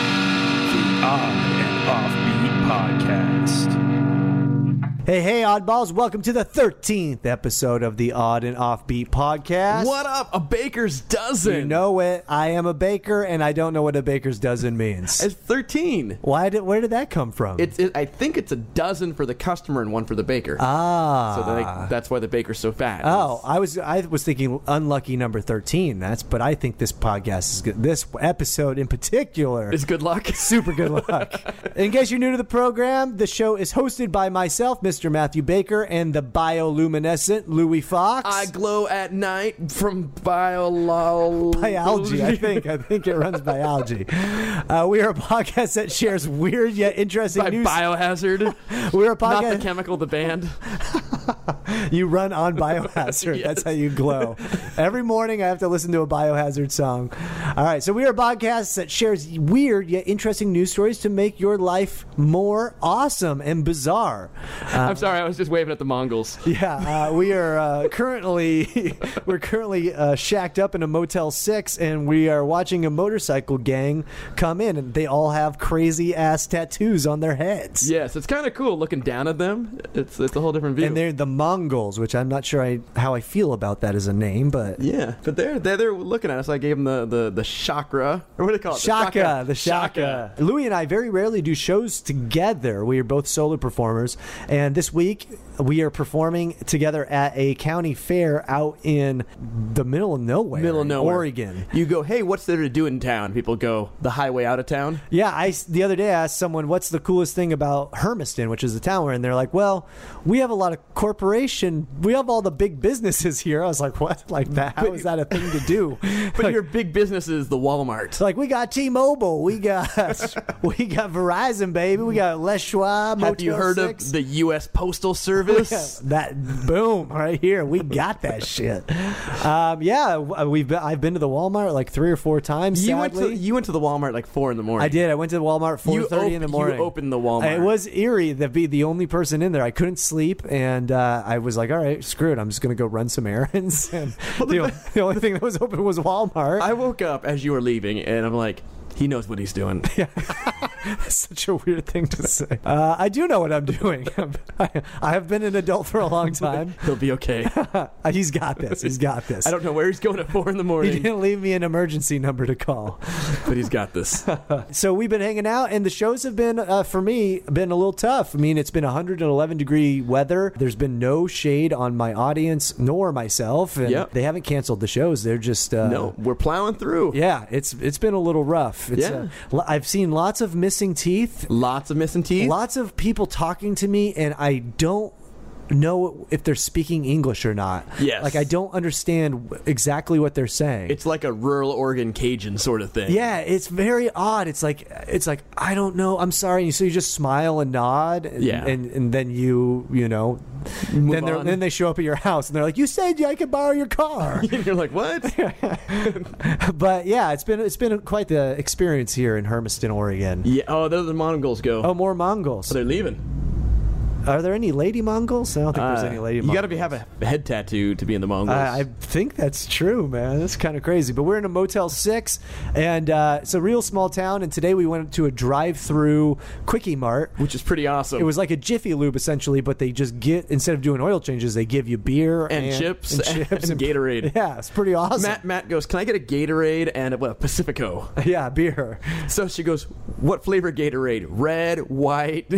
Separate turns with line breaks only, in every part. On and Offbeat Podcast.
Hey, hey, oddballs, welcome to the 13th episode of the Odd and Offbeat podcast.
What up? A baker's dozen.
You know it. I am a baker and I don't know what a baker's dozen means.
it's thirteen.
Why did where did that come from?
It's. It, I think it's a dozen for the customer and one for the baker.
ah.
so they, that's why the baker's so fat.
Oh, I was I was thinking unlucky number 13. That's but I think this podcast is good. This episode in particular
it's good luck.
Super good luck. In case you're new to the program, the show is hosted by myself, Mr. Matthew Baker, and the bioluminescent Louis Fox.
I glow at night from biology.
biology. I think I think it runs biology. Uh, we are a podcast that shares weird yet interesting
By
news.
biohazard.
We're a
Not the
podcast. Uh.
chemical, the band.
you run on biohazard.
Yes.
That's how you glow. Every morning, I have to listen to a biohazard song. All right, so we are a podcast that shares weird yet interesting news stories to make your life more awesome and bizarre.
I'm sorry, I was just waving at the Mongols.
Yeah, uh, we are uh, currently we're currently uh, shacked up in a Motel Six, and we are watching a motorcycle gang come in, and they all have crazy ass tattoos on their heads.
Yes, it's kind of cool looking down at them. It's it's a whole different view.
And they're the Mongols, which I'm not sure I, how I feel about that as a name, but
yeah, but they're, they're they're looking at us. I gave them the the, the chakra or what do they call it? The
Shaka, the Shaka. Louis and I very rarely do shows together. We are both solo performers, and this week we are performing together at a county fair out in the middle of nowhere,
middle of
in
nowhere,
Oregon.
You go, hey, what's there to do in town? People go the highway out of town.
Yeah, I the other day I asked someone what's the coolest thing about Hermiston, which is the town we're in. They're like, "Well, we have a lot of corporation. We have all the big businesses here." I was like, "What? Like that? How is that a thing to do?"
But
like,
your big business is the Walmart.
it's like we got T-Mobile, we got we got Verizon, baby, we got Les Schwab.
Have you
Motel
heard
Six.
of the U.S. Postal Service?
Yeah, that boom right here. We got that shit. Um, yeah, w- we've been, I've been to the Walmart like three or four times.
You went,
sadly.
to, you went to the Walmart like four in the morning.
I did. I went to the Walmart
You
four thirty in the
op- you
morning.
opened the Walmart.
It was eerie to be the only person in there. I couldn't sleep, and uh, I was like, "All right, screw it. I'm just gonna go run some errands." And the, o- the only thing that was open was Walmart.
I woke up as you were leaving, and I'm like, he knows what he's doing.
Such a weird thing to say. Uh, I do know what I'm doing. I, I have been an adult for a long time. Uh,
He'll be okay.
He's got this. He's got this.
I don't know where he's going at four in the
he
morning,
didn't leave me an emergency number to call.
but he's got this.
So we've been hanging out, and the shows have been, uh, for me, been a little tough. I mean, it's been 111 degree weather. There's been no shade on my audience nor myself, and
Yep.
they haven't canceled the shows. They're just uh,
No, we're plowing through.
Yeah, it's it's been a little rough. It's,
Yeah.
uh, l- I've seen lots of missing teeth,
Lots of missing teeth.
lots of people talking to me, and I don't know if they're speaking English or not.
Yes.
like I don't understand w- exactly what they're saying.
It's like a rural Oregon Cajun sort of thing.
Yeah, it's very odd. It's like it's like I don't know. I'm sorry. And so you just smile and nod, and
Yeah.
and, and then you you know,
Move
then they're
on.
then they show up at your house and they're like, you said I could borrow your car,
And you're like, what?
but yeah, it's been it's been quite the experience here in Hermiston, Oregon.
yeah. Oh, those are the Mongols go.
Oh, more Mongols.
they're leaving.
Are there any lady Mongols? I don't think
Uh,
there's any lady.
you
Mongols.
got to be have a head tattoo to be in the Mongols.
I, I think that's true, man. That's kind of crazy. But we're in a Motel 6, and uh, it's a real small town. And today we went to a drive through Quickie Mart,
which is pretty awesome.
It was like a Jiffy Lube essentially, but they just get instead of doing oil changes, they give you beer
And chips
and chips
and Gatorade.
Yeah, it's pretty awesome.
Matt. Matt goes, "Can I get a Gatorade and a what, a Pacifico?"
yeah, beer.
So she goes, "What flavor Gatorade? Red, white,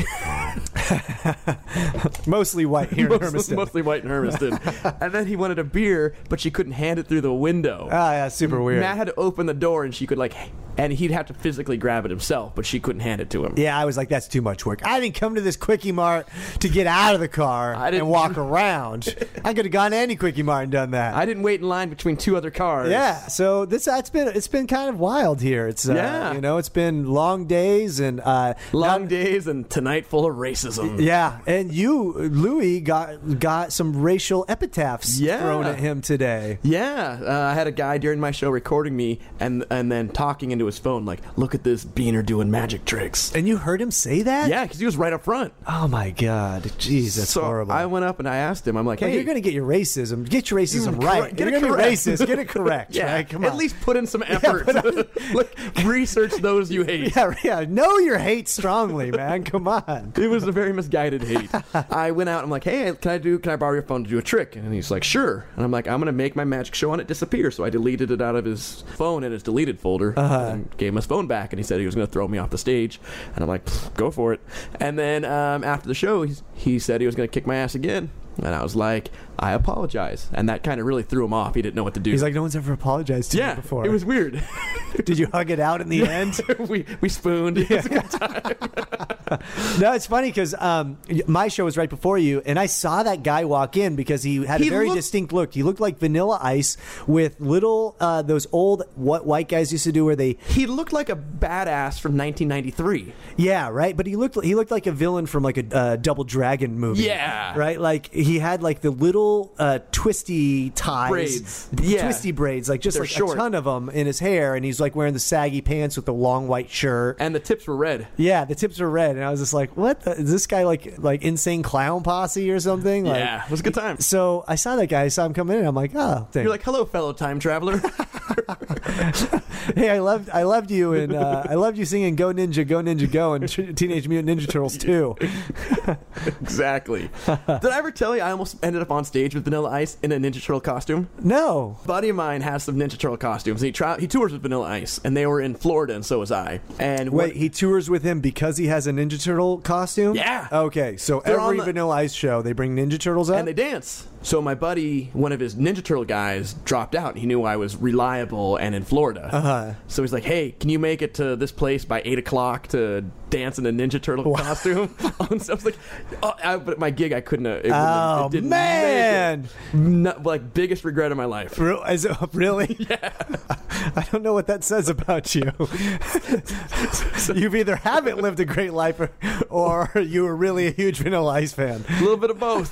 Mostly white here in
mostly,
Hermiston.
mostly white and Hermiston." and then he wanted a beer, but she couldn't hand it through the window.
ah, yeah, super weird.
Matt had to open the door, and she could like and he'd have to physically grab it himself, but she couldn't hand it to him.
Yeah, I was like, that's too much work. I didn't come to this quickie mart to get out of the car
I
and
didn't-
walk around. I could have gone to any quickie mart and done that.
I didn't wait in line between two other cars.
yeah, so this that's been it's been kind of wild here. It's uh,
Yeah.
you know it's been long days and uh,
Long
not-
days and tonight full of racism.
Yeah, and you Louis got got some racial epitaphs
Yeah.
thrown at him today.
Yeah, uh, I had a guy during my show recording me and and then talking into his phone like, "Look at this beaner doing magic tricks."
And you heard him say that?
Yeah, because he was right up front.
Oh my God, jeez, that's
so
horrible.
I went up and I asked him. I'm like,
Like,
"Hey,
you're gonna get your racism. Get your racism
Mm, Cor-
right. you're
get it
gonna
correct.
be racist. Get it correct.
yeah,
right? Come on.
at least put in some effort. Look, research those you hate."
Yeah, yeah. Know your hate strongly, man. Come on.
It was a very misguided hate. I went out. I'm like, "Hey, can I do? Can I borrow your phone to do a trick?" And he's like, "Sure." And I'm like, "I'm gonna make my magic show and it disappear." So I deleted it out of his phone in his deleted folder
Uh-huh.
and gave him his phone back. And he said he was gonna throw me off the stage. And I'm like, "Pfft, "Go for it." And then um, after the show, he's, he said he was gonna kick my ass again. And I was like, "I apologize." And that kind of really threw him off. He didn't know what to do.
He's like, no one's ever apologized to
"Yeah."
me before.
It was weird.
Did you hug it out in the end?
we we spooned. It was a good time.
No, it's funny because um, my show was right before you, and I saw that guy walk in because he had
He
a very
looked-
distinct look. He looked like Vanilla Ice with little uh, those old what white guys used to do, where they
He looked like a badass from 1993.
Yeah, right. But he looked he looked like a villain from like a uh, Double Dragon movie.
Yeah.
right. Like he had like the little uh, twisty ties,
Braids.
b-
Yeah.
twisty braids, like just
They're
like
short.
a ton of them in his hair, and he's like wearing the saggy pants with the long white shirt.
and the tips were red.
yeah, the tips are red, and I was just like, "What the, is this guy like? Like insane clown posse or something?" Like,
yeah, it was a good time.
So I saw that guy. I saw him come in, and I'm like, "Oh, thank
You're like, hello, fellow time traveler.
hey, I loved, I loved you, and uh, I loved you singing Go Ninja, Go Ninja, Go, and Teenage Mutant Ninja Turtles too."
exactly. Did I ever tell you I almost ended up on stage with Vanilla Ice in a Ninja Turtle costume?
No,
A buddy of mine has some Ninja Turtle costumes. And he tra- he tours with Vanilla Ice, and they were in Florida, and so was I. And what-
Wait, he tours with him because he has a Ninja Turtle costume?
Yeah.
Okay, so
They're on
every
the-
Vanilla Ice show, they bring Ninja Turtles up?
and they dance. So my buddy, one of his Ninja Turtle guys, dropped out. He knew I was reliable and in Florida. Uh-huh. So he's like, "Hey, can you make it to this place by eight o'clock to dance in a Ninja Turtle costume?" On so I was like, oh, I, "But my gig, I couldn't. uh, It, wouldn't-
Oh,
it didn't
man.
make it. No- like biggest regret of my life.
Re- is it- really? Yeah. I don't know what that says about you. You've either haven't lived a great life or, or you were really a huge Vanilla Ice fan.
A little bit of both.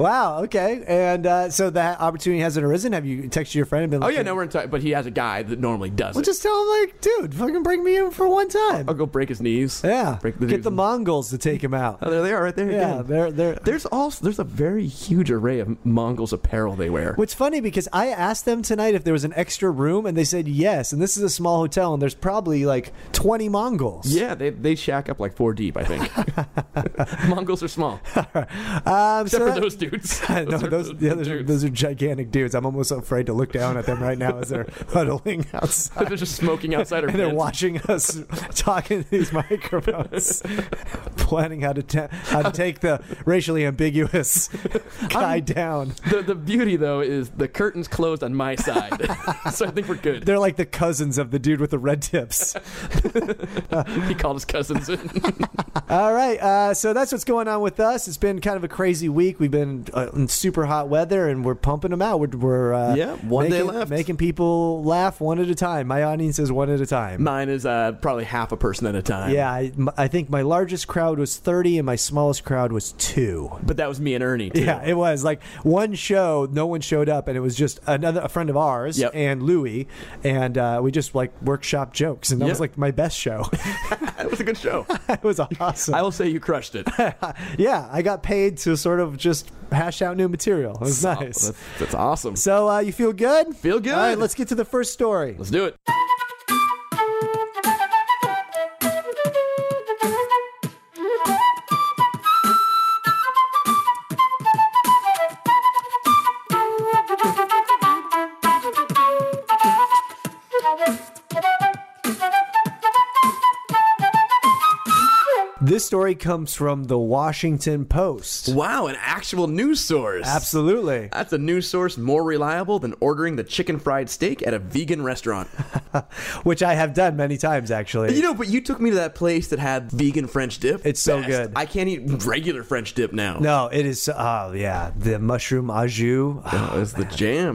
Wow, okay. And uh, so that opportunity hasn't arisen? Have you texted your friend and been
oh
like,
yeah, no, we're in touch. But he has a guy that normally does
Well,
it.
just tell him, like, dude, fucking bring me in for one time.
I'll go break his knees.
Yeah.
break the
Get
knees.
the Mongols to take him out.
Oh, there they are, right there.
Yeah,
again.
they're, they're,
There's also there's a very huge array of Mongols apparel they wear.
What's funny because I asked them tonight if there was an extra room, and they said yes. And this is a small hotel, and there's probably like 20 Mongols.
Yeah, they, they shack up like four deep, I think. Mongols are small, except
um, so
for
that-
those dudes.
no,
are
those,
the
yeah, those, are,
dudes.
those are gigantic dudes. I'm almost afraid to look down at them right now as they're huddling outside.
They're just smoking outside our
And they're
pants.
watching us talking to these microphones, planning how to ta- how to take the racially ambiguous guy down.
The, the beauty, though, is the curtain's closed on my side. so I think we're good.
They're like the cousins of the dude with the red tips.
he called his cousins in.
All right, uh, so that's what's going on with us. It's been kind of a crazy week. We've been uh, in super hot weather, and we're pumping them out. We're, we're uh,
Yeah, one day
making,
left.
making people laugh one at a time. My audience is one at a time.
Mine is uh, probably half a person at a time.
yeah, I, m- I think my largest crowd was thirty, and my smallest crowd was two.
But that was me and Ernie, too.
Yeah, it was like one show, no one showed up, and it was just another a friend of ours
Yep.
and Louie, and uh, we just like workshop jokes, and that
Yep.
was like my best show.
It was a good show.
it was awesome.
I will say you crushed it.
yeah, I got paid to sort of just hash out new material. It was nice.
Oh, That's, that's awesome.
So uh, you feel good?
Feel good.
All right, let's get to the first story.
Let's do it.
This story comes from the Washington Post.
Wow, an actual news source.
Absolutely.
That's a news source more reliable than ordering the chicken fried steak at a vegan restaurant.
Which I have done many times, actually.
you know, but you took me to that place that had vegan French dip.
It's so good.
I can't eat regular French dip now.
no, it is. Oh, yeah. The mushroom au jus.
Oh, it's the jam.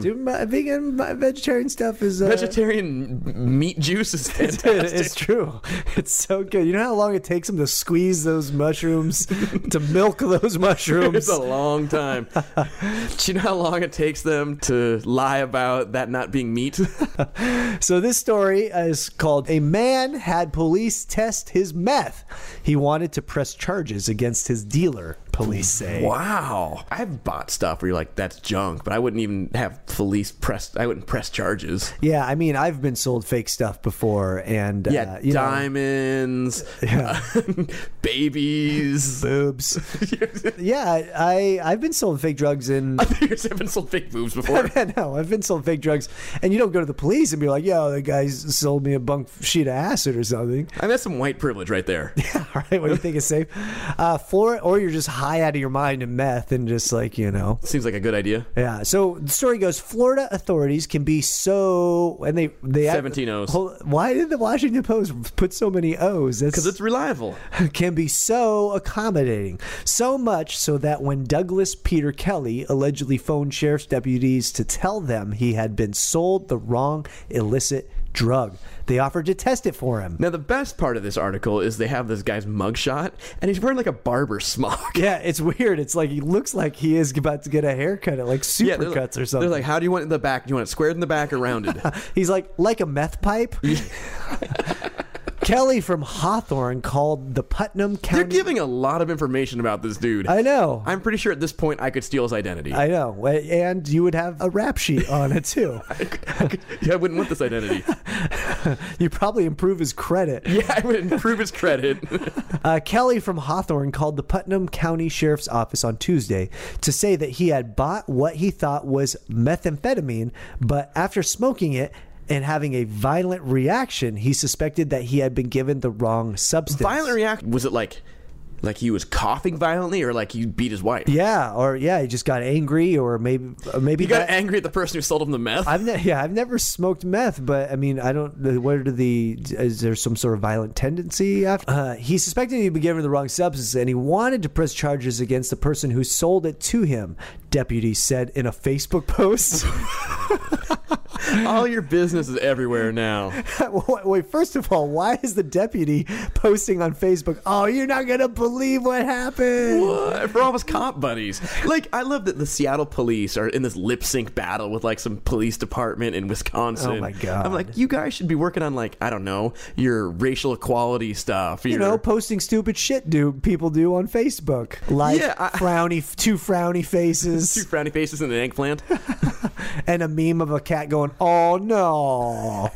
Dude, my vegan my vegetarian stuff is. Uh,
Vegetarian m- meat juice is fantastic.
it's true. It's so good. You know how long it takes them to squeeze those mushrooms, to milk those mushrooms?
It's a long time. Do you know how long it takes them to lie about that not being meat?
So this story is called "A Man Had Police Test His Meth." He wanted to press charges against his dealer. Police say.
wow. I've bought stuff where you're like, that's junk, but I wouldn't even have police press, I wouldn't press charges.
Yeah, I mean, I've been sold fake stuff before, and
Yeah,
uh, you know,
diamonds,
Yeah.
babies.
boobs. yeah, I I've been sold fake drugs in.
I think you've been sold fake boobs before.
no, I've been sold fake drugs, and you don't go to the police and be like, "Yo, the guy sold me a bunk sheet of acid or something."
I mean, that's some white privilege right there.
All right, what do you think is safe? Uh, Florida, or you're just high out of your mind in meth and just like you know.
Seems like a good idea.
Yeah. So the story goes: Florida authorities can be so, and they they
17 O's.
Hold- Why did the Washington Post put so many O's? That's
Because it's reliable.
can be so accommodating, so much so that when Douglas Peter Kelly allegedly phoned sheriff's deputies to tell them he had been sold the wrong illicit drug, they offered to test it for him.
Now, the best part of this article is they have this guy's mugshot, and he's wearing like a barber smock.
Yeah, it's weird. It's like he looks like he is about to get a haircut at like
Yeah, they're
supercuts
like,
or something.
They're like, how do you want it in the back? Do you want it squared in the back or rounded?
He's like like a meth pipe. Kelly from Hawthorne called the Putnam County.
They're giving a lot of information about this dude.
I know.
I'm pretty sure at this point I could steal his identity.
I know. And you would have a rap sheet on it too.
yeah, I wouldn't want this identity.
you probably improve his credit.
yeah, I would improve his credit.
Uh, Kelly from Hawthorne called the Putnam County Sheriff's Office on Tuesday to say that he had bought what he thought was methamphetamine, but after smoking it and having a violent reaction, he suspected that he had been given the wrong substance.
Violent reaction. Was it like, like he was coughing violently, or like he beat his wife?
Yeah, or yeah, he just got angry, or maybe or maybe
He got
that-
angry at the person who sold him the meth.
I've ne- yeah, I've never smoked meth, but I mean, I don't. the- What are the? Is there some sort of violent tendency? After uh, he suspected he'd been given the wrong substance, and he wanted to press charges against the person who sold it to him. Deputies said in a Facebook post.
All your business is everywhere now.
Wait, wait, first of all, why is the deputy posting on Facebook? Oh, you're not gonna believe what happened.
What? For all of us cop buddies. Like, I love that the Seattle police are in this lip sync battle with like some police department in Wisconsin.
Oh, my God.
I'm like, you guys should be working on like, I don't know, your racial equality stuff.
You know, posting stupid shit do people do on Facebook, like
Yeah, I-
frowny, two frowny faces.
two frowny faces and an eggplant.
and a meme of a cat going, "Oh no."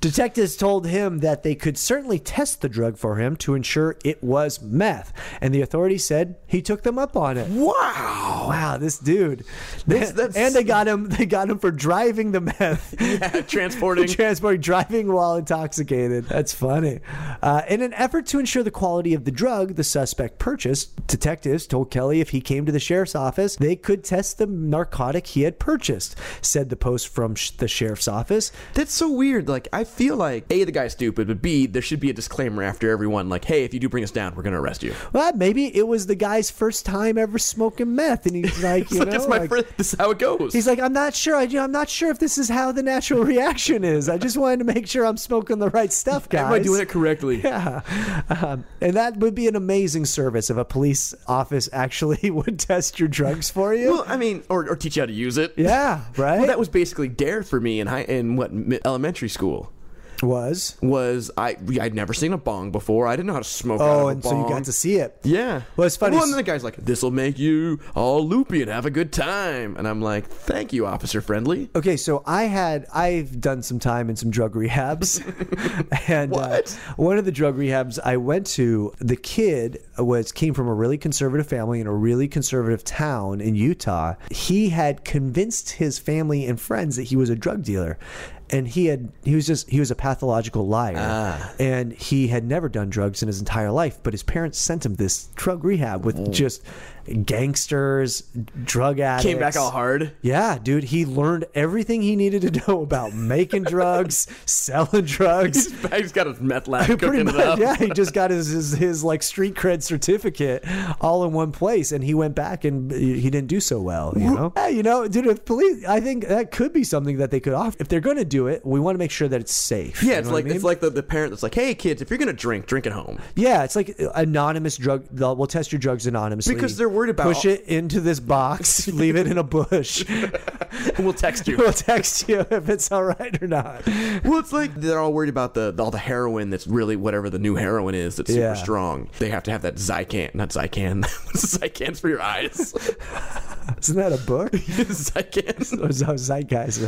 Detectives told him that they could certainly test the drug for him to ensure it was meth, and the authorities said he took them up on it.
wow.
Wow, this dude!
That's- that's-
and they got him. They got him for driving the meth.
Transporting.
Transport driving while intoxicated. That's funny. Uh, in an effort to ensure the quality of the drug the suspect purchased, detectives told Kelly if he came to the sheriff's office, they could test the narcotic he had purchased, said the post from sh- the sheriff's office.
That's so weird. Like, I feel like A, the guy's stupid, but B, there should be a disclaimer after everyone. Like, hey, if you do bring us down, we're going to arrest you.
Well, maybe it was the guy's first time ever smoking meth, and he's like,
It's
you
like,
know,
that's my
like-
first, this is how it goes.
He's like, I'm not sure. I, I'm not sure if this is how the natural reaction is. I just wanted to make sure I'm smoking the right stuff, guys.
Am I doing it correctly?
Yeah. Um, and that would be an amazing service if a police office actually would test your drugs for you.
Well, I mean, or, or teach you how to use it.
yeah, right?
Well, that was basically dare for me in high in what mi- elementary school
was.
was I I'd never seen a bong before. I didn't know how to smoke. out of
Oh,
a
and so you
bong.
got to see it.
Yeah.
Well, it's funny-
Well, and then the guy's like, "This will make you all loopy and have a good time," and I'm like, "Thank you, Officer Friendly."
Okay, so I had I've done some time in some drug rehabs, and
What?
Uh, one of the drug rehabs I went to, the kid was came from a really conservative family in a really conservative town in Utah. He had convinced his family and friends that he was a drug dealer. and he had he was just he was a pathological liar,
Ah.
and he had never done drugs in his entire life. But his parents sent him this drug rehab with just gangsters, drug addicts.
Mm. Came back all hard.
Yeah, dude, he learned everything he needed to know about making drugs, selling drugs,
I just got his meth lab
pretty
cooking
much,
it up.
yeah. He just got his, his his like street cred certificate all in one place, and he went back and he didn't do so well. You know, yeah, you know, dude. If police, I think that could be something that they could offer if they're going to do it. We want to make sure that it's safe.
Yeah,
You
it's
know what
like
I mean?
it's like the, the parent that's like, "Hey kids, if you're gonna drink, drink at home."
yeah, it's like anonymous drug. they'll- We'll test your drugs anonymously
Because they're worried about-
push it into this box, leave it in a bush.
And we'll text you.
we'll text you if it's all right or not.
well, it's like they're all worried about the, all the heroin that's really whatever the new heroin is that's
Yeah.
super strong. They have to have that Zycan, not Zycan. Zycan's for your eyes.
Isn't that a book?
Zycan.
Or is that zeitgeist?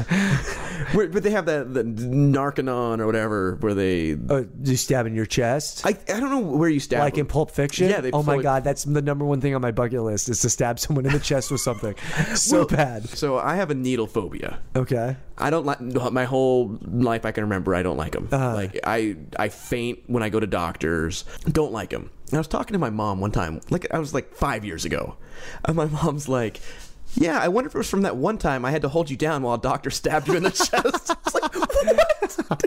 Wait, but they have that the Narcanon or whatever where they.
Oh, you stab in your chest.
I, I don't know where you stab.
like in
them.
Pulp Fiction.
Yeah, they
oh my
float-
god, that's the number one thing on my bucket list is to stab someone in the chest with something. So
Well,
bad.
So I have a needle phobia.
Okay.
I don't like my whole life. I can remember. I don't like them. Like I, I faint when I go to doctors. Don't like them. And I was talking to my mom one time. Like I was like five years ago, and my mom's like. Yeah, I wonder if it was from that one time I had to hold you down while a doctor stabbed you in the chest. I was like,
what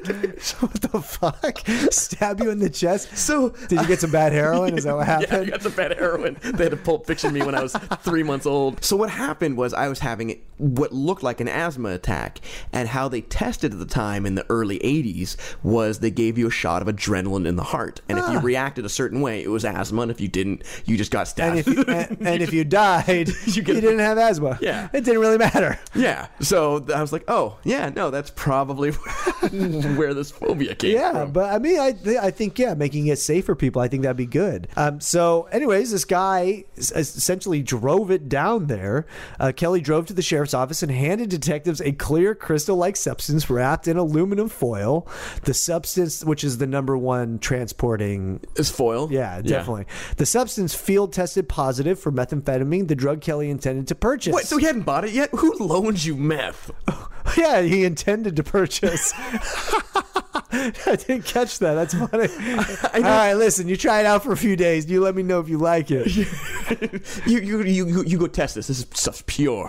the fuck? Stab you in the chest?
so
Did you get some bad heroin? Is that what
Yeah, I
happened?
got some bad heroin. They had to pulp fiction me when I was three months old. So what happened was I was having what looked like an asthma attack, and how they tested at the time in the early '80s was they gave you a shot of adrenaline in the heart, and if you reacted a certain way, it was asthma, and if you didn't, you just got stabbed.
Ah. And if you, and, and if you died, you, didn't have asthma.
Yeah.
It didn't really matter.
yeah. So th- I was like, oh yeah, no, that's probably where this phobia came
Yeah,
from.
but I mean, I th- I think yeah, making it safe for people, I think that'd be good. Um, so, anyways, this guy s- essentially drove it down there. Uh, Kelly drove to the sheriff's office and handed detectives a clear crystal-like substance wrapped in aluminum foil. The substance, which is the number one transporting
It's foil.
yeah, definitely. The substance field tested positive for methamphetamine, the drug Kelly intended to purchase.
Wait, so he hadn't bought it yet? Who loans you meth?
yeah, he intended to purchase. I didn't catch that. That's funny. All right, listen, you try it out for a few days. You let me know if you like it.
you, you, you, you- you go test this. This is stuff's pure.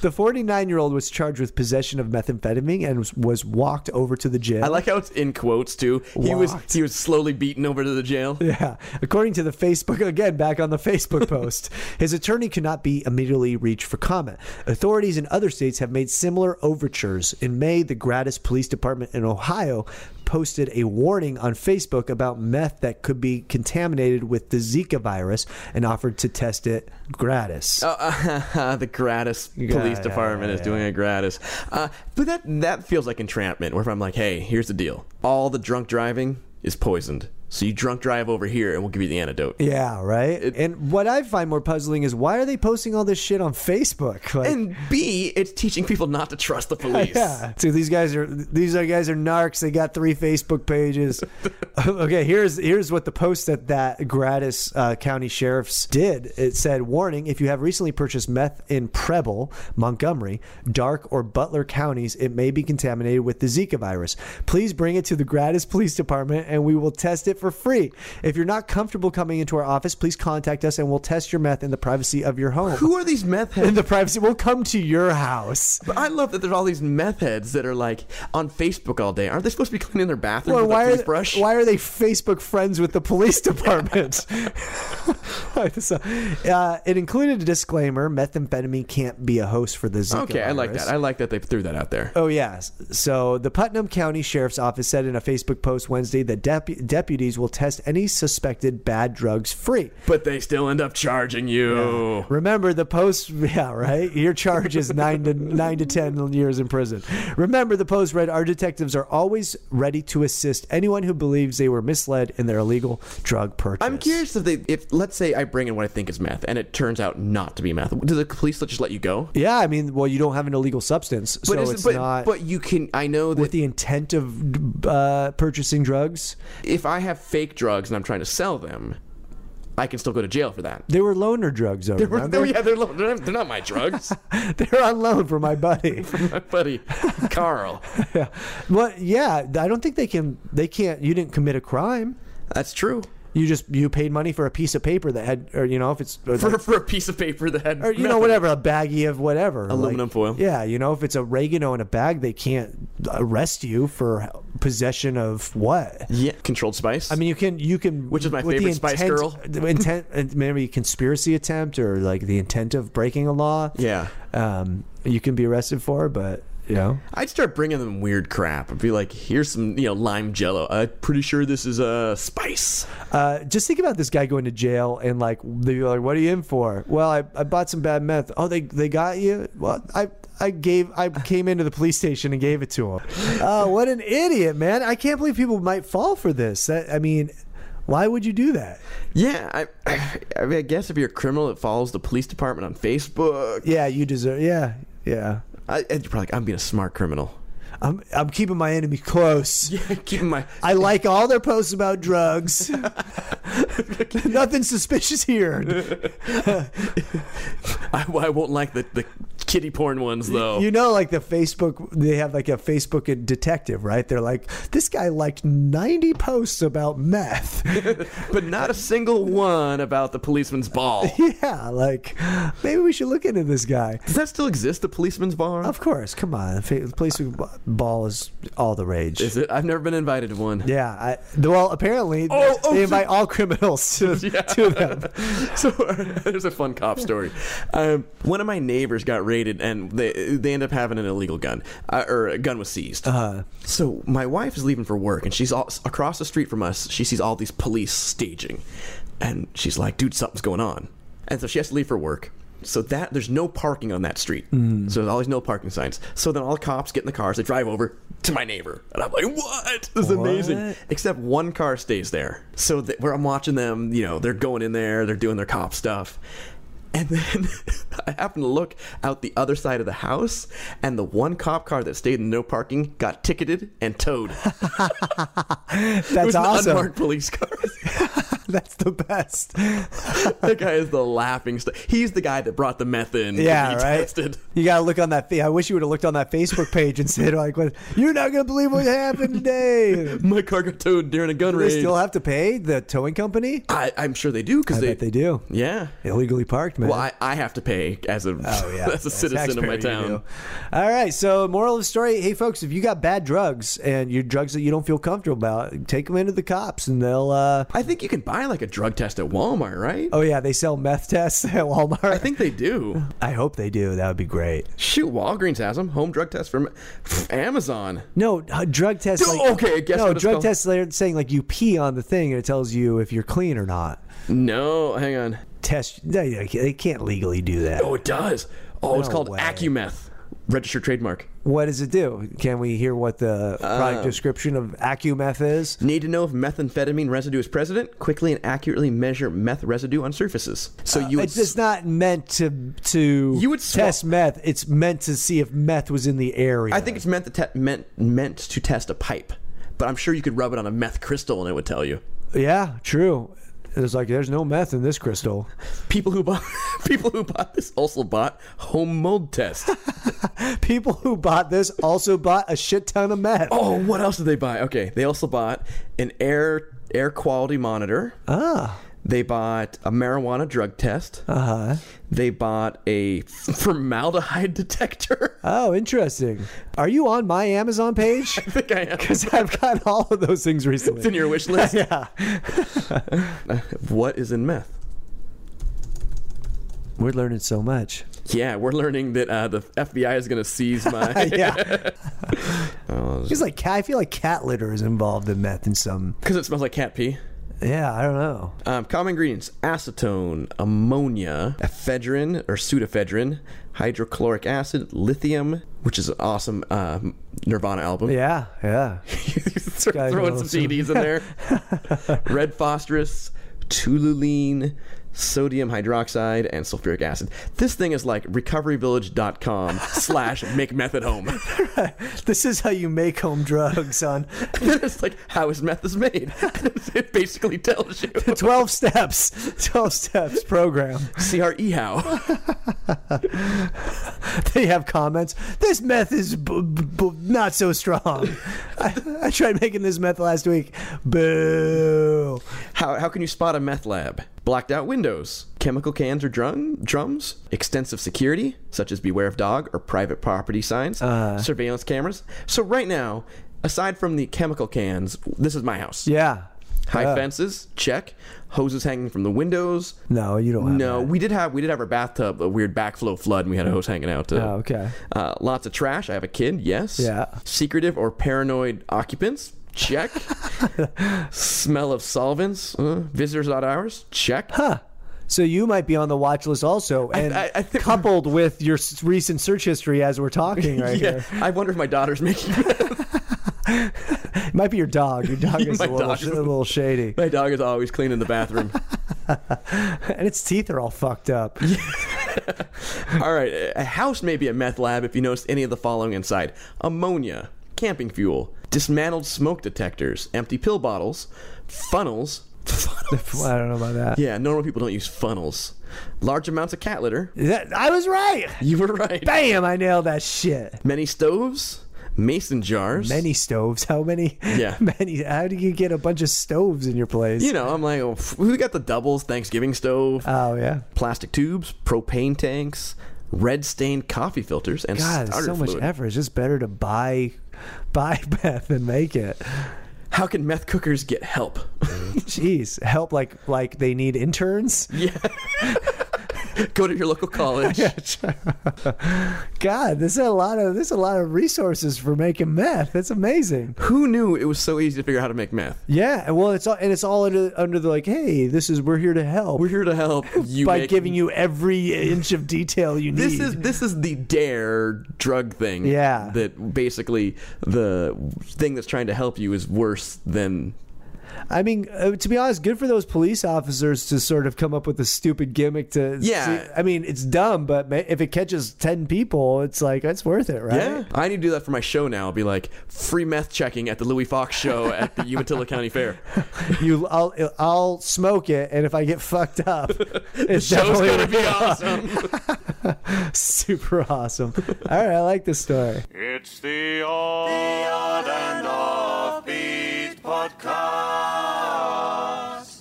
The 49 year old was charged with possession of methamphetamine and was, was walked over to the jail.
I like how it's in quotes too. He was
Locked.
he was slowly beaten over to the jail.
Yeah. According to the Facebook, again, back on the Facebook post, his attorney could not be immediately reached for comment. Authorities in other states have made similar overtures. In May, the Gratis Police Department in Ohio posted a warning on Facebook about meth that could be contaminated with the Zika virus and offered to test it gratis.
Uh, the gratis
yeah,
police
yeah,
department is doing a gratis, uh, but that that feels like entrapment. Where if I'm like, hey, here's the deal: all the drunk driving is poisoned. So you drunk drive over here, and we'll give you the antidote.
yeah, right? and what I find more puzzling is why are they posting all this shit on Facebook? Like,
And B, it's teaching people not to trust the police.
Yeah. So these guys are these are guys are narcs. They got three Facebook pages. okay, here's here's what the post that that Gratis uh, County sheriffs did. It said, "Warning: If you have recently purchased meth in Preble, Montgomery, Dark, or Butler counties, it may be contaminated with the Zika virus. Please bring it to the Gratis Police Department, and we will test it for free. If you're not comfortable coming into our office, please contact us, and we'll test your meth in the privacy of your home."
Who are these meth heads?
in the privacy, we'll come to your house.
But I love that there's all these meth heads that are like on Facebook all day. Aren't they supposed to be cleaning their bathroom
Well,
with
why
a
are,
toothbrush?
why are they Facebook friends with the police department? So, uh, it included a disclaimer: methamphetamine can't be a host for the Zika
okay, I like
virus.
that. I like that they threw that out there.
Oh, yes. So the Putnam County Sheriff's Office said in a Facebook post Wednesday that depu- deputies will test any suspected bad drugs free.
but they still end up charging you.
Remember the post, yeah, right. Your charge is nine to nine to ten years in prison. Remember the post read: Our detectives are always ready to assist anyone who believes they were misled in their illegal drug purchase.
I'm curious if they, if let's say I bring in what I think is meth, and it turns out not to be meth, do the police just let you go?
Yeah, I mean, well, you don't have an illegal substance, so
is it-
it's
but,
not
but you can. I know that
with the intent of uh, purchasing drugs.
if I have fake drugs and I'm trying to sell them, I can still go to jail for that.
They were loaner drugs, though.
We're-
remember?
yeah, they're, lo- they're not- they're not my drugs.
they were on loan from my buddy.
my buddy Carl.
yeah. Well, yeah, I don't think they can. They can't. You didn't commit a crime.
That's true.
You just you paid money for a piece of paper that had, or you know, if it's or,
For, for a piece of paper that had
or, you know
nothing.
whatever a baggie of whatever
Aluminum foil.
Yeah, you know, if it's oregano in a bag, they can't arrest you for possession of what.
Yeah, controlled spice.
I mean, you can you can
Which is my
with the
favorite Spice
intent-
Girl.
the intent and maybe conspiracy attempt or like the intent of breaking a law.
yeah.
um, you can be arrested for, but you know,
I'd start bringing them weird crap. I'd be like, "Here's some, you know, lime jello. I'm pretty sure this is uh, spice."
uh, just think about this guy going to jail and like they're like, "What are you in for?" Well, I, I bought some bad meth. Oh, they they got you. Well, I. I gave. I came into the police station and gave it to him. Oh, what an idiot, man! I can't believe people might fall for this. That, I mean, why would you do that?
Yeah, I, I mean, I guess if you're a criminal that follows the police department on Facebook,
Yeah, you deserve. Yeah, yeah.
I, I'd probably like, I'm being a smart criminal.
I'm I'm keeping my enemy close.
Keeping my
I like all their posts about drugs. Nothing suspicious here.
I, I won't like the, the kitty porn ones though.
You know, like the Facebook, they have like a Facebook detective, right? They're like, this guy liked 90 posts about meth.
but not a single one about the policeman's ball.
yeah, like maybe we should look into this guy.
Does that still exist? The policeman's bar?
Of course, come on. Fa- Police ball is all the rage.
Is it? I've never been invited to one.
yeah, I, well, apparently
Oh, oh,
they
so-
invite all criminals to, to them.
so there's a fun cop story. Um, one of my neighbors got raided, and they they end up having an illegal gun, uh, or a gun was seized. Uh-huh. So my wife is leaving for work, and she's all, across the street from us. She sees all these police staging, and she's like, "Dude, something's going on." And so she has to leave for work. So that there's no parking on that street. So there's always no parking signs. So then all the cops get in the cars, they drive over to my neighbor, and I'm like, "What? This is amazing!"
What?
except one car stays there. So th- where I'm watching them, you know, they're going in there, they're doing their cop stuff. And then I happen to look out the other side of the house, and the one cop car that stayed in no parking got ticketed and towed. it
That's
was An
awesome.
unmarked police car.
That's the best.
that guy is the laughing. St- He's the guy that brought the meth in. to
Yeah,
be
right.
tested.
You gotta look on that. fa- I wish you would have looked on that Facebook page and said like, "What- "You're not gonna believe what happened today."
My car got towed during a gun
Do
raid.
they still have to pay the towing company?
I, I'm sure they do because
I
they,
bet they do.
Yeah.
Illegally parked, man.
Well, I, I have to pay as a
Oh yeah,
as a citizen
taxpayer
of my
you
town.
do. All right, so moral of the story: Hey, folks, if you got bad drugs and your drugs that you don't feel comfortable about, take them into the cops, and they'll. uh
I think you can buy like a drug test at Walmart, right?
Oh yeah, they sell meth tests at Walmart.
I think they do.
I hope they do. That would be great.
Shoot, Walgreens has them. Home drug test from Amazon.
No, uh, drug tests.
Dude,
like-
okay, I guess
no
what it's
drug
called.
tests. They're saying like you pee on the thing and it tells you if you're clean or not.
No, hang on.
test. They, they can't legally do that.
Oh, it does. Oh, it's
No
called
way.
Acumeth, registered trademark.
What does it do? Can we hear what the
Um,
product description of AccuMeth is?
Need to know if methamphetamine residue is present. Quickly and accurately measure meth residue on surfaces. So you would
Uh, It's just not meant to to
You would swa-
test meth. It's meant to see if meth was in the area.
I think it's meant to te- meant meant to test a pipe, but I'm sure you could rub it on a meth crystal and it would tell you.
Yeah, true. It's like there's no meth in this crystal.
People who bought people who bought this also bought home mold test.
People who bought this also bought a shit ton of meth.
Oh, what else did they buy? Okay, they also bought an air air quality monitor.
Ah,
They bought a marijuana drug test.
uh huh.
They bought a formaldehyde detector.
Oh, interesting. Are you on my Amazon page?
I think I am.
Because I've got all of those things recently.
It's in your wish list.
yeah.
What is in meth?
We're learning so much.
Yeah, we're learning that uh, the FBI is going to seize my.
yeah. He's like, cat- I feel like cat litter is involved in meth in some.
Because it smells like cat pee.
Yeah, I don't know.
Um, common ingredients acetone, ammonia, ephedrine or pseudoephedrine, hydrochloric acid, lithium, which is an awesome uh, Nirvana album.
Yeah, yeah.
Start
guy
throwing
knows.
some CDs in there. Red phosphorus, toluene, sodium hydroxide, and sulfuric acid. This thing is like recoveryvillage.com slash make meth at home.
This is how you make home drugs on
it's like, how is meth is made? it basically tells you.
12 steps, 12 steps program.
CRE E how.
They have comments. This meth is b- b- b- not so strong. I, I tried making this meth last week. Boo.
How, how can you spot a meth lab? Blacked out windows, chemical cans or drum, drums, extensive security, such as beware of dog or private property signs,
Uh.
surveillance cameras. So, right now, aside from the chemical cans, this is my house.
Yeah. Uh.
High
Yeah.
fences, check. Hoses hanging from the windows.
No, you don't have
No, we did have we did have our bathtub a weird backflow flood, and we had a hose hanging out. uh,
Oh, okay.
Uh, lots of trash. I have a kid. Yes.
Yeah.
Secretive or paranoid occupants. Check. Smell of solvents. Uh, visitors odd hours. Check. Huh.
So you might be on the watch list also, and
I- I think-
coupled with your s- recent search history as we're talking right
yeah.
here,
I wonder if my daughter's making.
it might be your dog. Your dog is
My
a little,
dog is-
a little shady,
my dog is always cleaning the bathroom.
and its teeth are all fucked up.
All right, a house may be a meth lab if you notice any of the following inside ammonia, camping fuel, dismantled smoke detectors, empty pill bottles, funnels. funnels.
I don't know about that.
Yeah, normal people don't use funnels. Large amounts of cat litter.
That- I was right.
You were right.
Bam! I nailed that shit.
Many stoves, mason jars.
Many stoves. How many?
Yeah.
Many. How do you get a bunch of stoves in your place?
You know, I'm like, oh, pff, we got the doubles Thanksgiving stove,
Oh yeah.
plastic tubes, propane tanks, red stained coffee filters, and
God,
starter
so much
fluid.
effort. It's just better to buy, buy meth than make it.
How can meth cookers get help?
Mm. Jeez, help! Like like they need interns.
Yeah. Go to your local college.
God, there's a lot of there's a lot of resources for making meth. That's amazing.
Who knew it was so easy to figure out how to make meth?
Yeah, and well, it's all and it's all under, under the like, hey, this is we're here to help
We're here to help you
by
make-
giving you every inch of detail you need.
This is this is the dare drug thing.
Yeah.
That basically the thing that's trying to help you is worse than
I mean, uh, to be honest, good for those police officers to sort of come up with a stupid gimmick to.
Yeah.
I mean, it's dumb, but ma- if it catches ten people, it's like it's worth it, right?
Yeah. I need to do that for my show now. I'll be like free meth checking at the Louis Fox show at the Umatilla County Fair.
You, I'll, I'll smoke it, and if I get fucked up, it's
Show's
definitely
gonna be awesome.
super awesome. All right, I like this story.
It's the odd, and offbeat podcast.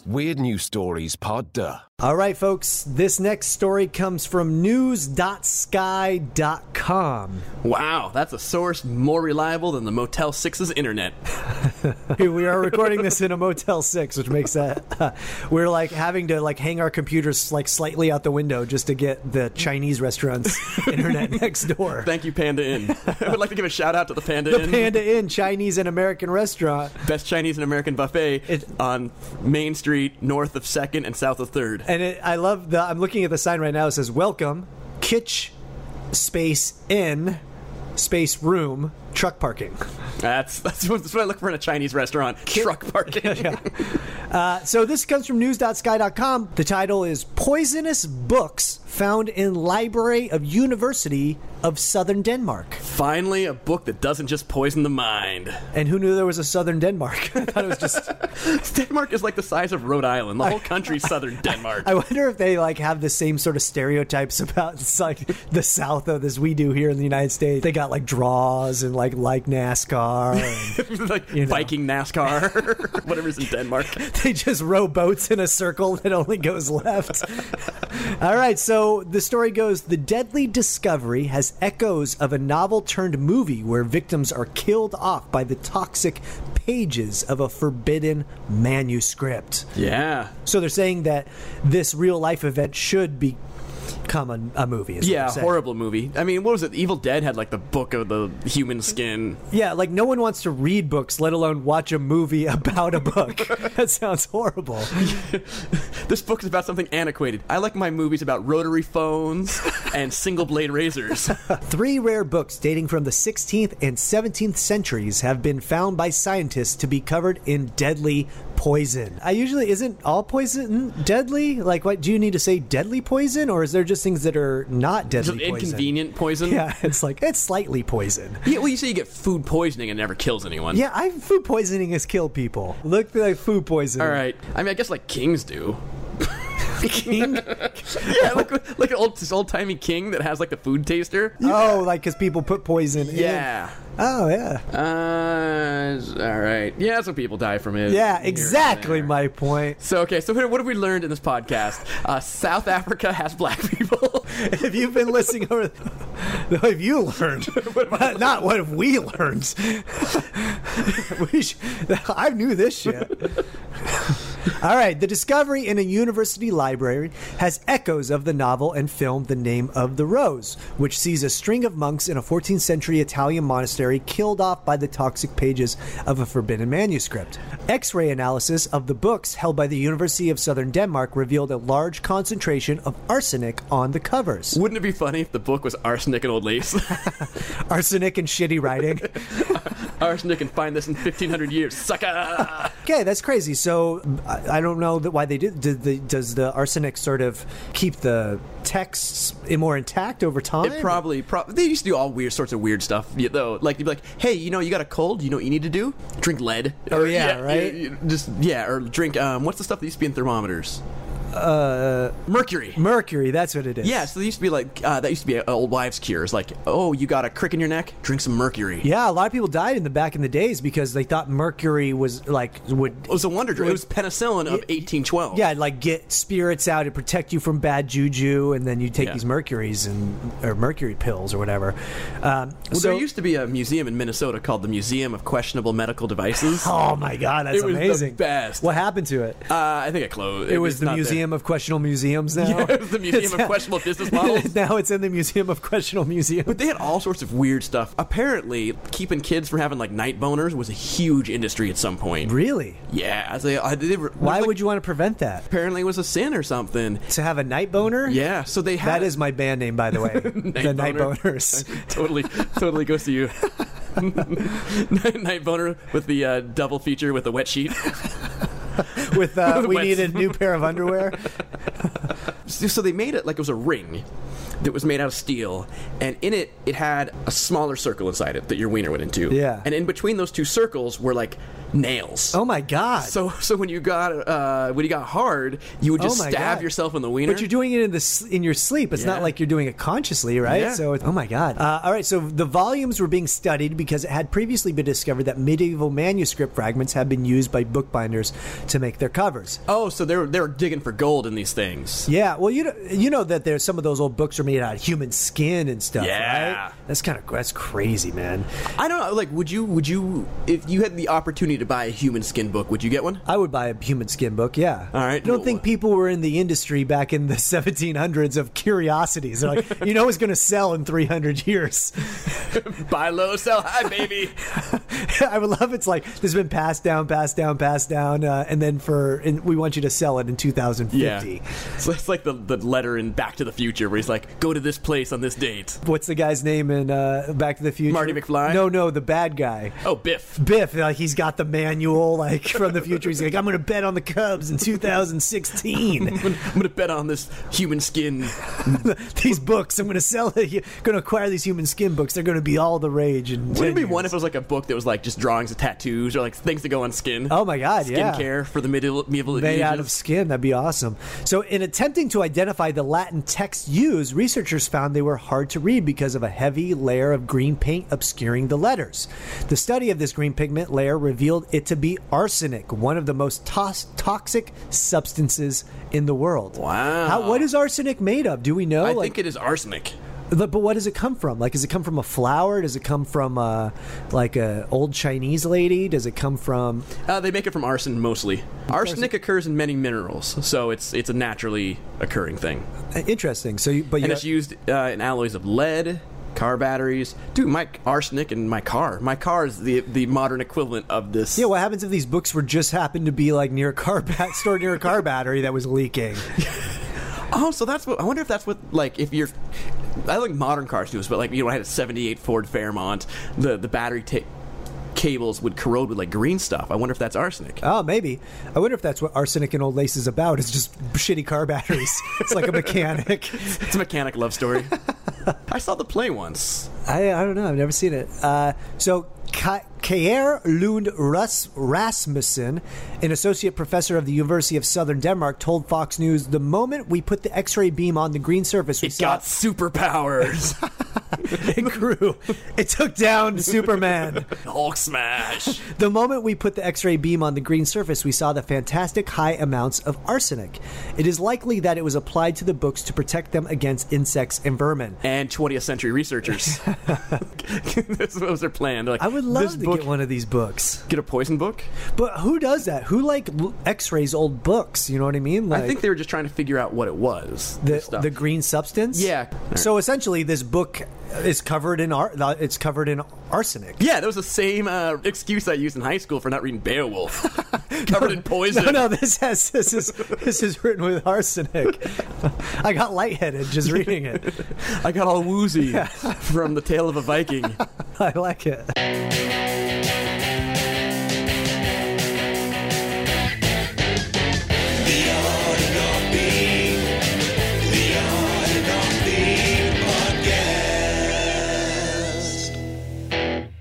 Weird News Stories Pod Duh.
All right, folks, this next story comes from news.sky.com.
wow, that's a source more reliable than the Motel 6's internet.
we are recording this in a Motel 6, which makes that we're like having to like hang our computers like slightly out the window just to get the Chinese restaurants internet next door.
Thank you, Panda Inn. I would like to give a shout out to the Panda Inn.
Panda Inn Chinese and American restaurant.
Best Chinese and American buffet
It-
on Main Street, north of 2nd and south of 3rd.
And it, I love the I'm looking at the sign right now it says welcome kitch space inn space room truck parking.
That's, that's, what, that's what I look for in a Chinese restaurant. Truck parking.
So this comes from news.sky.com. The title is Poisonous Books Found in Library of University of Southern Denmark.
Finally, a book that doesn't just poison the mind.
And who knew there was a Southern Denmark? I thought it was just
Denmark is like the size of Rhode Island. The whole country's southern Denmark.
I wonder if they like have the same sort of stereotypes about it's like the South of as we do here in the United States. They got like draws and like like NASCAR and
like
know.
Viking NASCAR, whatever's in Denmark.
they just row boats in a circle that only goes left. All right, so the story goes the deadly discovery has echoes of a novel turned movie where victims are killed off by the toxic pages of a forbidden manuscript.
Yeah.
So they're saying that this real life event should be become a, a movie. Is what
Yeah,
they're saying.
horrible movie. I mean, what was it? Evil Dead had like the book of the human skin.
Yeah, like no one wants to read books, let alone watch a movie about a book. that sounds horrible.
This book is about something antiquated. I like my movies about rotary phones and single blade razors.
Three rare books dating from the 16th and 17th centuries have been found by scientists to be covered in deadly poison. I usually isn't all poison deadly. Like, what do you need to say? Deadly poison, or is there just things that are not
It's
deadly?
an
poison?
inconvenient poison.
Yeah, it's like it's slightly poison.
Yeah, well, you say you get food poisoning and it never kills anyone.
Yeah, I food poisoning has killed people. Look like food poisoning.
All right. I mean, I guess like kings do.
King?
yeah, look, look at old this old timey king that has like the food taster.
Oh, like because people put poison. in.
Yeah.
Oh yeah.
Uh, all right. Yeah, that's what people die from it.
Yeah.
Here and
Exactly
there.
my point.
So okay, so what what have we learned in this podcast? Uh, South Africa has black people.
If you've been listening over, what have you learned? Not what have we learned? we sh- I knew this shit. All right, the discovery in a university library has echoes of the novel and film The Name of the Rose, which sees a string of monks in a 14th century Italian monastery killed off by the toxic pages of a forbidden manuscript. X ray analysis of the books held by the University of Southern Denmark revealed a large concentration of arsenic on the covers.
Wouldn't it be funny if the book was arsenic and old lace?
Arsenic and shitty writing.
arsenic and find this in fifteen hundred years, sucker.
Okay, that's crazy. So I I don't know that why they did. did the, does the arsenic sort of keep the texts i- more intact over time?
It probably, prob they used to do all weird sorts of weird stuff yeah, though. Like you'd be like, "Hey, you know, you got a cold. You know what you need to do? Drink lead."
Oh, yeah, right?
you- just yeah, or drink. Um, what's the stuff that used to be in thermometers? Uh, mercury.
mercury. That's what it is.
yeah, so they used to be like uh, that used to be an old wives' cure. It's like, oh, you got a crick in your neck? Drink some mercury.
Yeah, a lot of people died in the back in the days because they thought mercury was like would
It was a wonder drug. It was penicillin of 1812.
yeah like get spirits out and protect you from bad juju, and then you take
Yeah.
these mercuries and or mercury pills or whatever. Um,
Well,
so
there used to be a museum in Minnesota called the Museum of Questionable Medical Devices. uh,
oh my god, that's
It was the
amazing.
best.
What happened to it?
I think it closed.
It was the Museum of Questionable Museums now.
Yeah, it was the Museum of Questionable Business Models.
now it's in the Museum of Questionable Museums.
But they had all sorts of weird stuff. Apparently, keeping kids from having like night boners was a huge industry at some point.
Really?
Yeah, they, I, they were,
Why would you want to prevent that?
Apparently, it was a sin or something.
To have a night boner?
Yeah, so they had
That is my band name, by the way. the Night
boner.
Boners.
totally, totally goes to you. night, night boner with the uh, double feature with the wet sheet.
With uh,
With
we
wet-
need a new pair of underwear.
So so they made it like it was a ring that was made out of steel, and in it it had a smaller circle inside it that your wiener went into.
Yeah.
And in between those two circles were like nails.
Oh my god!
So so when you got uh, when you got hard, you would
Oh
just
my
stab
God.
yourself in the wiener.
But you're doing it in the s- in your sleep. It's not
Yeah.
like you're doing it consciously, right?
Yeah.
So, it's, oh my god. Uh, all right. So the volumes were being studied because it had previously been discovered that medieval manuscript fragments had been used by bookbinders to make their covers.
oh, so they're they're digging for gold in these things.
Yeah, well, you know, you know that there's some of those old books are made out of human skin and stuff.
Yeah.
right? that's kind of that's crazy, man.
I don't know. Like, would you would you if you had the opportunity to buy a human skin book, would you get one?
I would buy a human skin book. Yeah.
All right.
I don't think people were in the industry back in the 1700s of curiosities. They're like, you know, it's going to sell in 300 years.
buy low, sell high, baby.
I would love it's like this has been passed down, passed down, passed down, uh, and then for and we want you to sell it in 2050.
yeah. So it's like the the letter in Back to the Future where he's like, go to this place on this date.
What's the guy's name in uh, Back to the Future?
Marty McFly?
No, no, the bad guy.
Oh, Biff.
Biff, like he's got the manual, like from the future. He's like, I'm going to bet on the Cubs in 2016.
I'm gonna bet on this human skin.
these books, I'm going to sell. Going to acquire these human skin books. They're going to be all the rage. And
Wouldn't it be one if it was like a book that was like just drawings of tattoos or like things that go on skin?
Oh my God! yeah.
Skincare for the medieval, medieval
made
ages.
out of skin. That'd be awesome. So, in attempting to identify the Latin texts used, researchers found they were hard to read because of a heavy layer of green paint obscuring the letters. The study of this green pigment layer revealed it to be arsenic, one of the most tos- toxic substances in the world.
Wow.
How, what is arsenic made of? Do we know?
I
Like,
think it is arsenic.
but but what does it come from? Like, does it come from a flower? Does it come from uh, like a old Chinese lady? Does it come from?
Uh, they make it from arson mostly. Arsenic occurs in many minerals, so it's it's a naturally occurring thing,
uh, Interesting. So, you, but
and
you
it's used uh, in alloys of lead, car batteries. Dude, my arsenic in my car. My car is the the modern equivalent of this.
Yeah, what happens if these books were just happened to be like near a car bat stored near a car battery that was leaking?
Oh, so that's what I wonder if that's what like if you're. I think modern cars do this, but like you know, I had a '78 Ford Fairmont. The the battery take. cables would corrode with like green stuff. I wonder if that's arsenic.
Oh, maybe. I wonder if that's what arsenic and old lace is about. It's just shitty car batteries. it's like a mechanic.
It's a mechanic love story. I saw the play once.
I, I don't know. I've never seen it. Uh, so, Ka- Kaer Lund Russ Rasmussen, an associate professor of the University of Southern Denmark, told Fox News the moment we put the X ray beam on the green surface, we
It
saw
got superpowers.
it grew. it took down Superman.
Hulk smash.
The moment we put the X ray beam on the green surface, we saw the fantastic high amounts of arsenic. It is likely that it was applied to the books to protect them against insects and vermin.
And 20th century researchers. this was their plan. They're like,
I would
this
love to
book,
get one of these books.
Get a poison book?
But who does that? Who like l- X-rays old books? You know what I mean? Like
I think they were just trying to figure out what it was. this
the
stuff.
the green substance.
Yeah.
So essentially, this book is covered in ar- uh, It's covered in arsenic.
Yeah, that was the same uh, excuse I used in high school for not reading Beowulf. Covered in poison.
No, no, this has this is this is written with arsenic. I got lightheaded just reading it.
I got all woozy from the tale of a Viking.
I like it.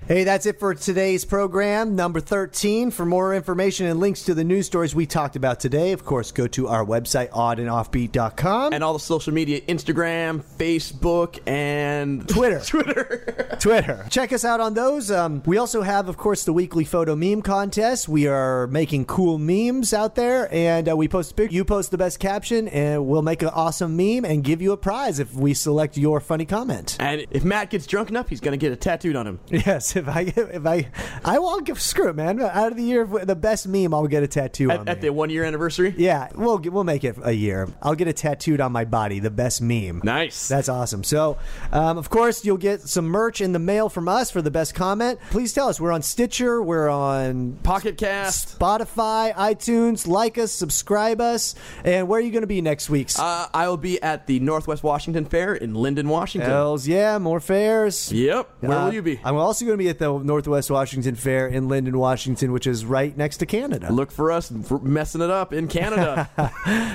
Hey, that's it for today's program, number 13. For more information and links to the news stories we talked about today, of course, go to our website, oddandoffbeat.com.
and all the social media Instagram, Facebook, and
Twitter.
Twitter.
Twitter. Check us out on those. Um, we also have, of course, the weekly photo meme contest. We are making cool memes out there, and uh, we post a pic. You post the best caption, and we'll make an awesome meme and give you a prize if we select your funny comment.
and if Matt gets drunk enough, he's going to get a tattooed on him.
Yes, if I if I I won't give screw it, man. Out of the year, of the best meme, I'll get a tattoo on
At,
me.
at the one year anniversary?
yeah, we'll get- we'll make it a year. I'll get a tattooed on my body. The best meme.
Nice.
That's awesome. So, um, of course, you'll get some merch in the mail from us for the best comment. Please tell us. We're on Stitcher. We're on
Pocket Cast.
Spotify, iTunes. Like us, subscribe us. And where are you going to be next week?
Uh, I will be at the Northwest Washington Fair in Linden, Washington.
Hells yeah, more fairs.
Yep. Where
Uh,
will you be?
I'm also going to be at the Northwest Washington Fair in Linden, Washington, which is right next to Canada.
Look for us for messing it up in Canada.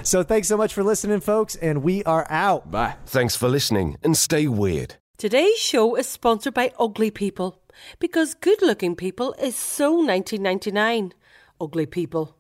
So thanks so much for listening, folks, and we are out.
Bye.
Thanks for listening and stay weird.
Today's show is sponsored by Ugly People because good looking people is so 1999. Ugly People.